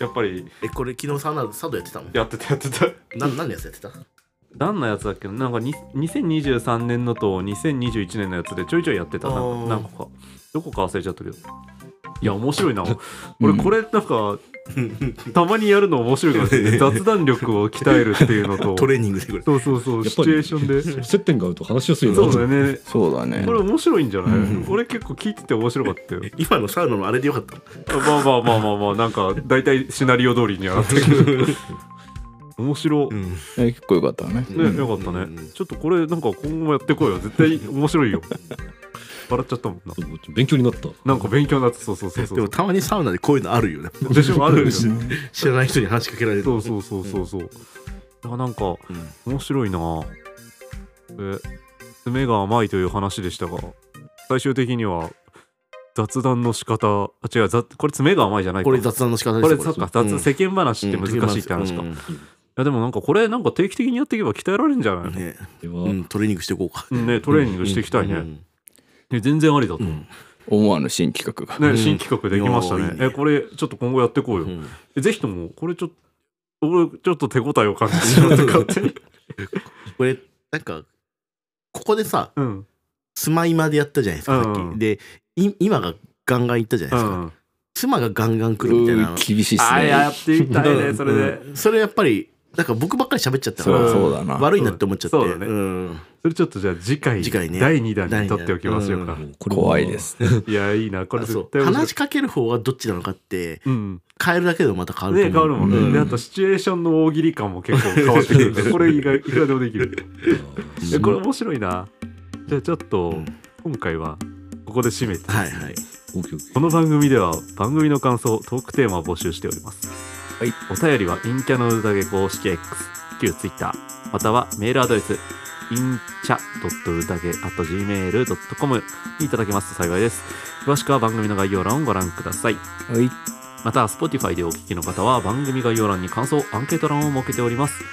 Speaker 3: やっぱり
Speaker 1: え、これ昨日サウナ、サウナやってたもん。
Speaker 3: やってたやってた
Speaker 1: な何のやつやってた
Speaker 3: 何のやつだっけなんかに2023年のと2021年のやつでちょいちょいやってた
Speaker 1: あ
Speaker 3: な
Speaker 1: ー
Speaker 3: んかなんかどこか忘れちゃったけどいや面白 *laughs* いな俺これなん *laughs* か、たまにやるの面白いかもしれ *laughs* ない雑談力を鍛えるっていうの *laughs* と
Speaker 1: トレーニングでこれ。
Speaker 3: そうそうそう
Speaker 2: やっ
Speaker 3: シチ
Speaker 2: ぱり
Speaker 3: ュエーションでそ
Speaker 2: 接点が合うと話しやすいな
Speaker 3: うだよね
Speaker 4: そうだね
Speaker 3: こ。れ面白いんじゃな
Speaker 1: う
Speaker 3: い、
Speaker 1: ん
Speaker 3: 俺結構聞いてて面白かったよ
Speaker 1: 今のサウナのあれでよかった。
Speaker 3: あまあまあまあまあまあなんか大体シナリオ通りにはなったけど面白、ね
Speaker 1: ん。
Speaker 4: え結構良かったね。
Speaker 1: うん
Speaker 3: よかったね、
Speaker 1: うん
Speaker 3: ちょっとこれなんか今後もやってこいよ絶対面白いよ笑っちゃったもんな
Speaker 2: 勉強になった
Speaker 3: なんか勉強になってそうそうそうそ
Speaker 1: でも
Speaker 3: う
Speaker 1: たまにサウナでこういうのあるよね。
Speaker 3: でしょあるよね
Speaker 1: 知らない人に話しかけられる。
Speaker 3: そうそうそうそうそうだからなんか
Speaker 1: うん
Speaker 3: 面白いなえ爪が甘いという話でしたが最終的には雑談の仕方あ違う雑これ爪が甘いじゃないか
Speaker 1: これ雑談の仕方です
Speaker 3: これ
Speaker 1: よ
Speaker 3: そっか
Speaker 1: う
Speaker 3: 雑、
Speaker 1: ん
Speaker 3: 世間話って難しいって話か、
Speaker 1: う
Speaker 3: い
Speaker 1: ん
Speaker 3: やでもなんかこれなんか定期的にやっていけば鍛えられるんじゃない
Speaker 1: ね
Speaker 2: で
Speaker 1: う
Speaker 2: は
Speaker 1: ん、トレーニングしていこうか。
Speaker 3: の、ね、トレーニングしていきたいね、で全然ありだと、
Speaker 1: う
Speaker 3: ね
Speaker 1: ん
Speaker 4: 思わぬ新企画が。
Speaker 3: 新企画できましたね
Speaker 1: いやいいね
Speaker 3: えこれちょっと今後やっていこうよ、
Speaker 1: うん
Speaker 3: えぜひともこれちょっと俺ちょっと手応えを感じ
Speaker 1: *laughs*
Speaker 3: てしまった勝手に
Speaker 1: これ、なんか、ここでさ、
Speaker 3: うん
Speaker 1: スマイマでやったじゃないですか、
Speaker 3: うん
Speaker 1: さっき。で、い今がガンガン行ったじゃな
Speaker 3: う
Speaker 1: いですか。
Speaker 3: ん
Speaker 1: 妻がガンガン来
Speaker 4: う
Speaker 1: るみたいな。
Speaker 4: ー厳しいっす
Speaker 3: あー
Speaker 4: ね。
Speaker 3: やっていきたいねそれで
Speaker 1: うんそれやっぱり、なんか僕ばっかり喋っちゃったか
Speaker 4: そう
Speaker 1: ら、
Speaker 4: そうだな。
Speaker 1: 悪いなって思っちゃって。
Speaker 3: そうだね
Speaker 1: ん
Speaker 3: それちょっとじゃあ次回
Speaker 1: 次回ね
Speaker 3: 第2弾に取っておきましょうか、
Speaker 2: うんこれは
Speaker 4: 怖いです。
Speaker 3: いやいいなこれ
Speaker 1: あそう
Speaker 3: 絶対面白い
Speaker 1: 話しかける方はどっちなのかって
Speaker 3: うん
Speaker 1: 変えるだけでもまた変わる
Speaker 3: ね変
Speaker 1: と
Speaker 3: わ
Speaker 1: 思う
Speaker 3: るもんね、
Speaker 1: うん
Speaker 3: であとシチュエーションの大喜利感も結構変わってくるんでこれ意外いくらでもできる
Speaker 2: あ
Speaker 3: いや
Speaker 2: ー
Speaker 3: これ面白いなじゃあちょっと
Speaker 1: ん
Speaker 3: 今回はここで締めて、
Speaker 1: はいはい
Speaker 2: オッケーオッケー
Speaker 3: この番組では番組の感想トークテーマを募集しております、
Speaker 4: はい、
Speaker 3: お便りは陰キャの宴公式 X 旧 Twitter またはメールアドレス incha.utage.gmail.com にいただけますと幸いです詳しくは番組の概要欄をご覧ください
Speaker 4: はい。
Speaker 3: また Spotify でお聞きの方は番組概要欄に感想アンケート欄を設けております、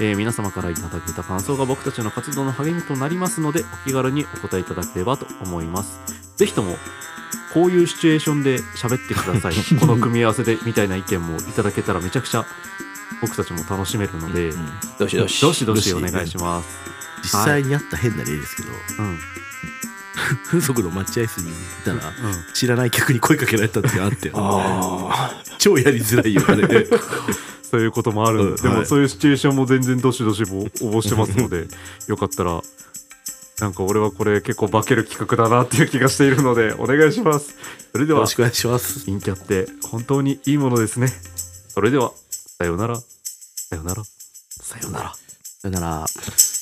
Speaker 3: えー皆様からいただけた感想が僕たちの活動の励みとなりますのでお気軽にお答えいただければと思いますぜひともこういうシチュエーションで喋ってください
Speaker 4: *laughs*
Speaker 3: この組み合わせでみたいな意見もいただけたらめちゃくちゃ僕たちも楽しめるので、
Speaker 4: うんどしどし。
Speaker 3: どしど
Speaker 1: ど
Speaker 3: し
Speaker 1: し
Speaker 3: お願いします、
Speaker 1: 実際にあった変な例ですけど、 *laughs*
Speaker 3: うんうん
Speaker 1: 風俗の待合室にいたら知らない客に声かけられたってあって
Speaker 4: ああ。
Speaker 1: 超やりづらいよあれ
Speaker 3: そういうこともある、
Speaker 1: うん
Speaker 3: でも
Speaker 1: はい
Speaker 3: そういうシチュエーションも全然どしどしも応募してま
Speaker 1: *laughs*
Speaker 3: すのでよかったらなんか俺はこれ結構化ける企画だなっていう気がしているのでお願いしますそれで
Speaker 1: よ
Speaker 3: は
Speaker 1: ろしくお願いします
Speaker 3: 陰キャって本当にいいものですねそれではさようならさようならさようなら
Speaker 1: さよなら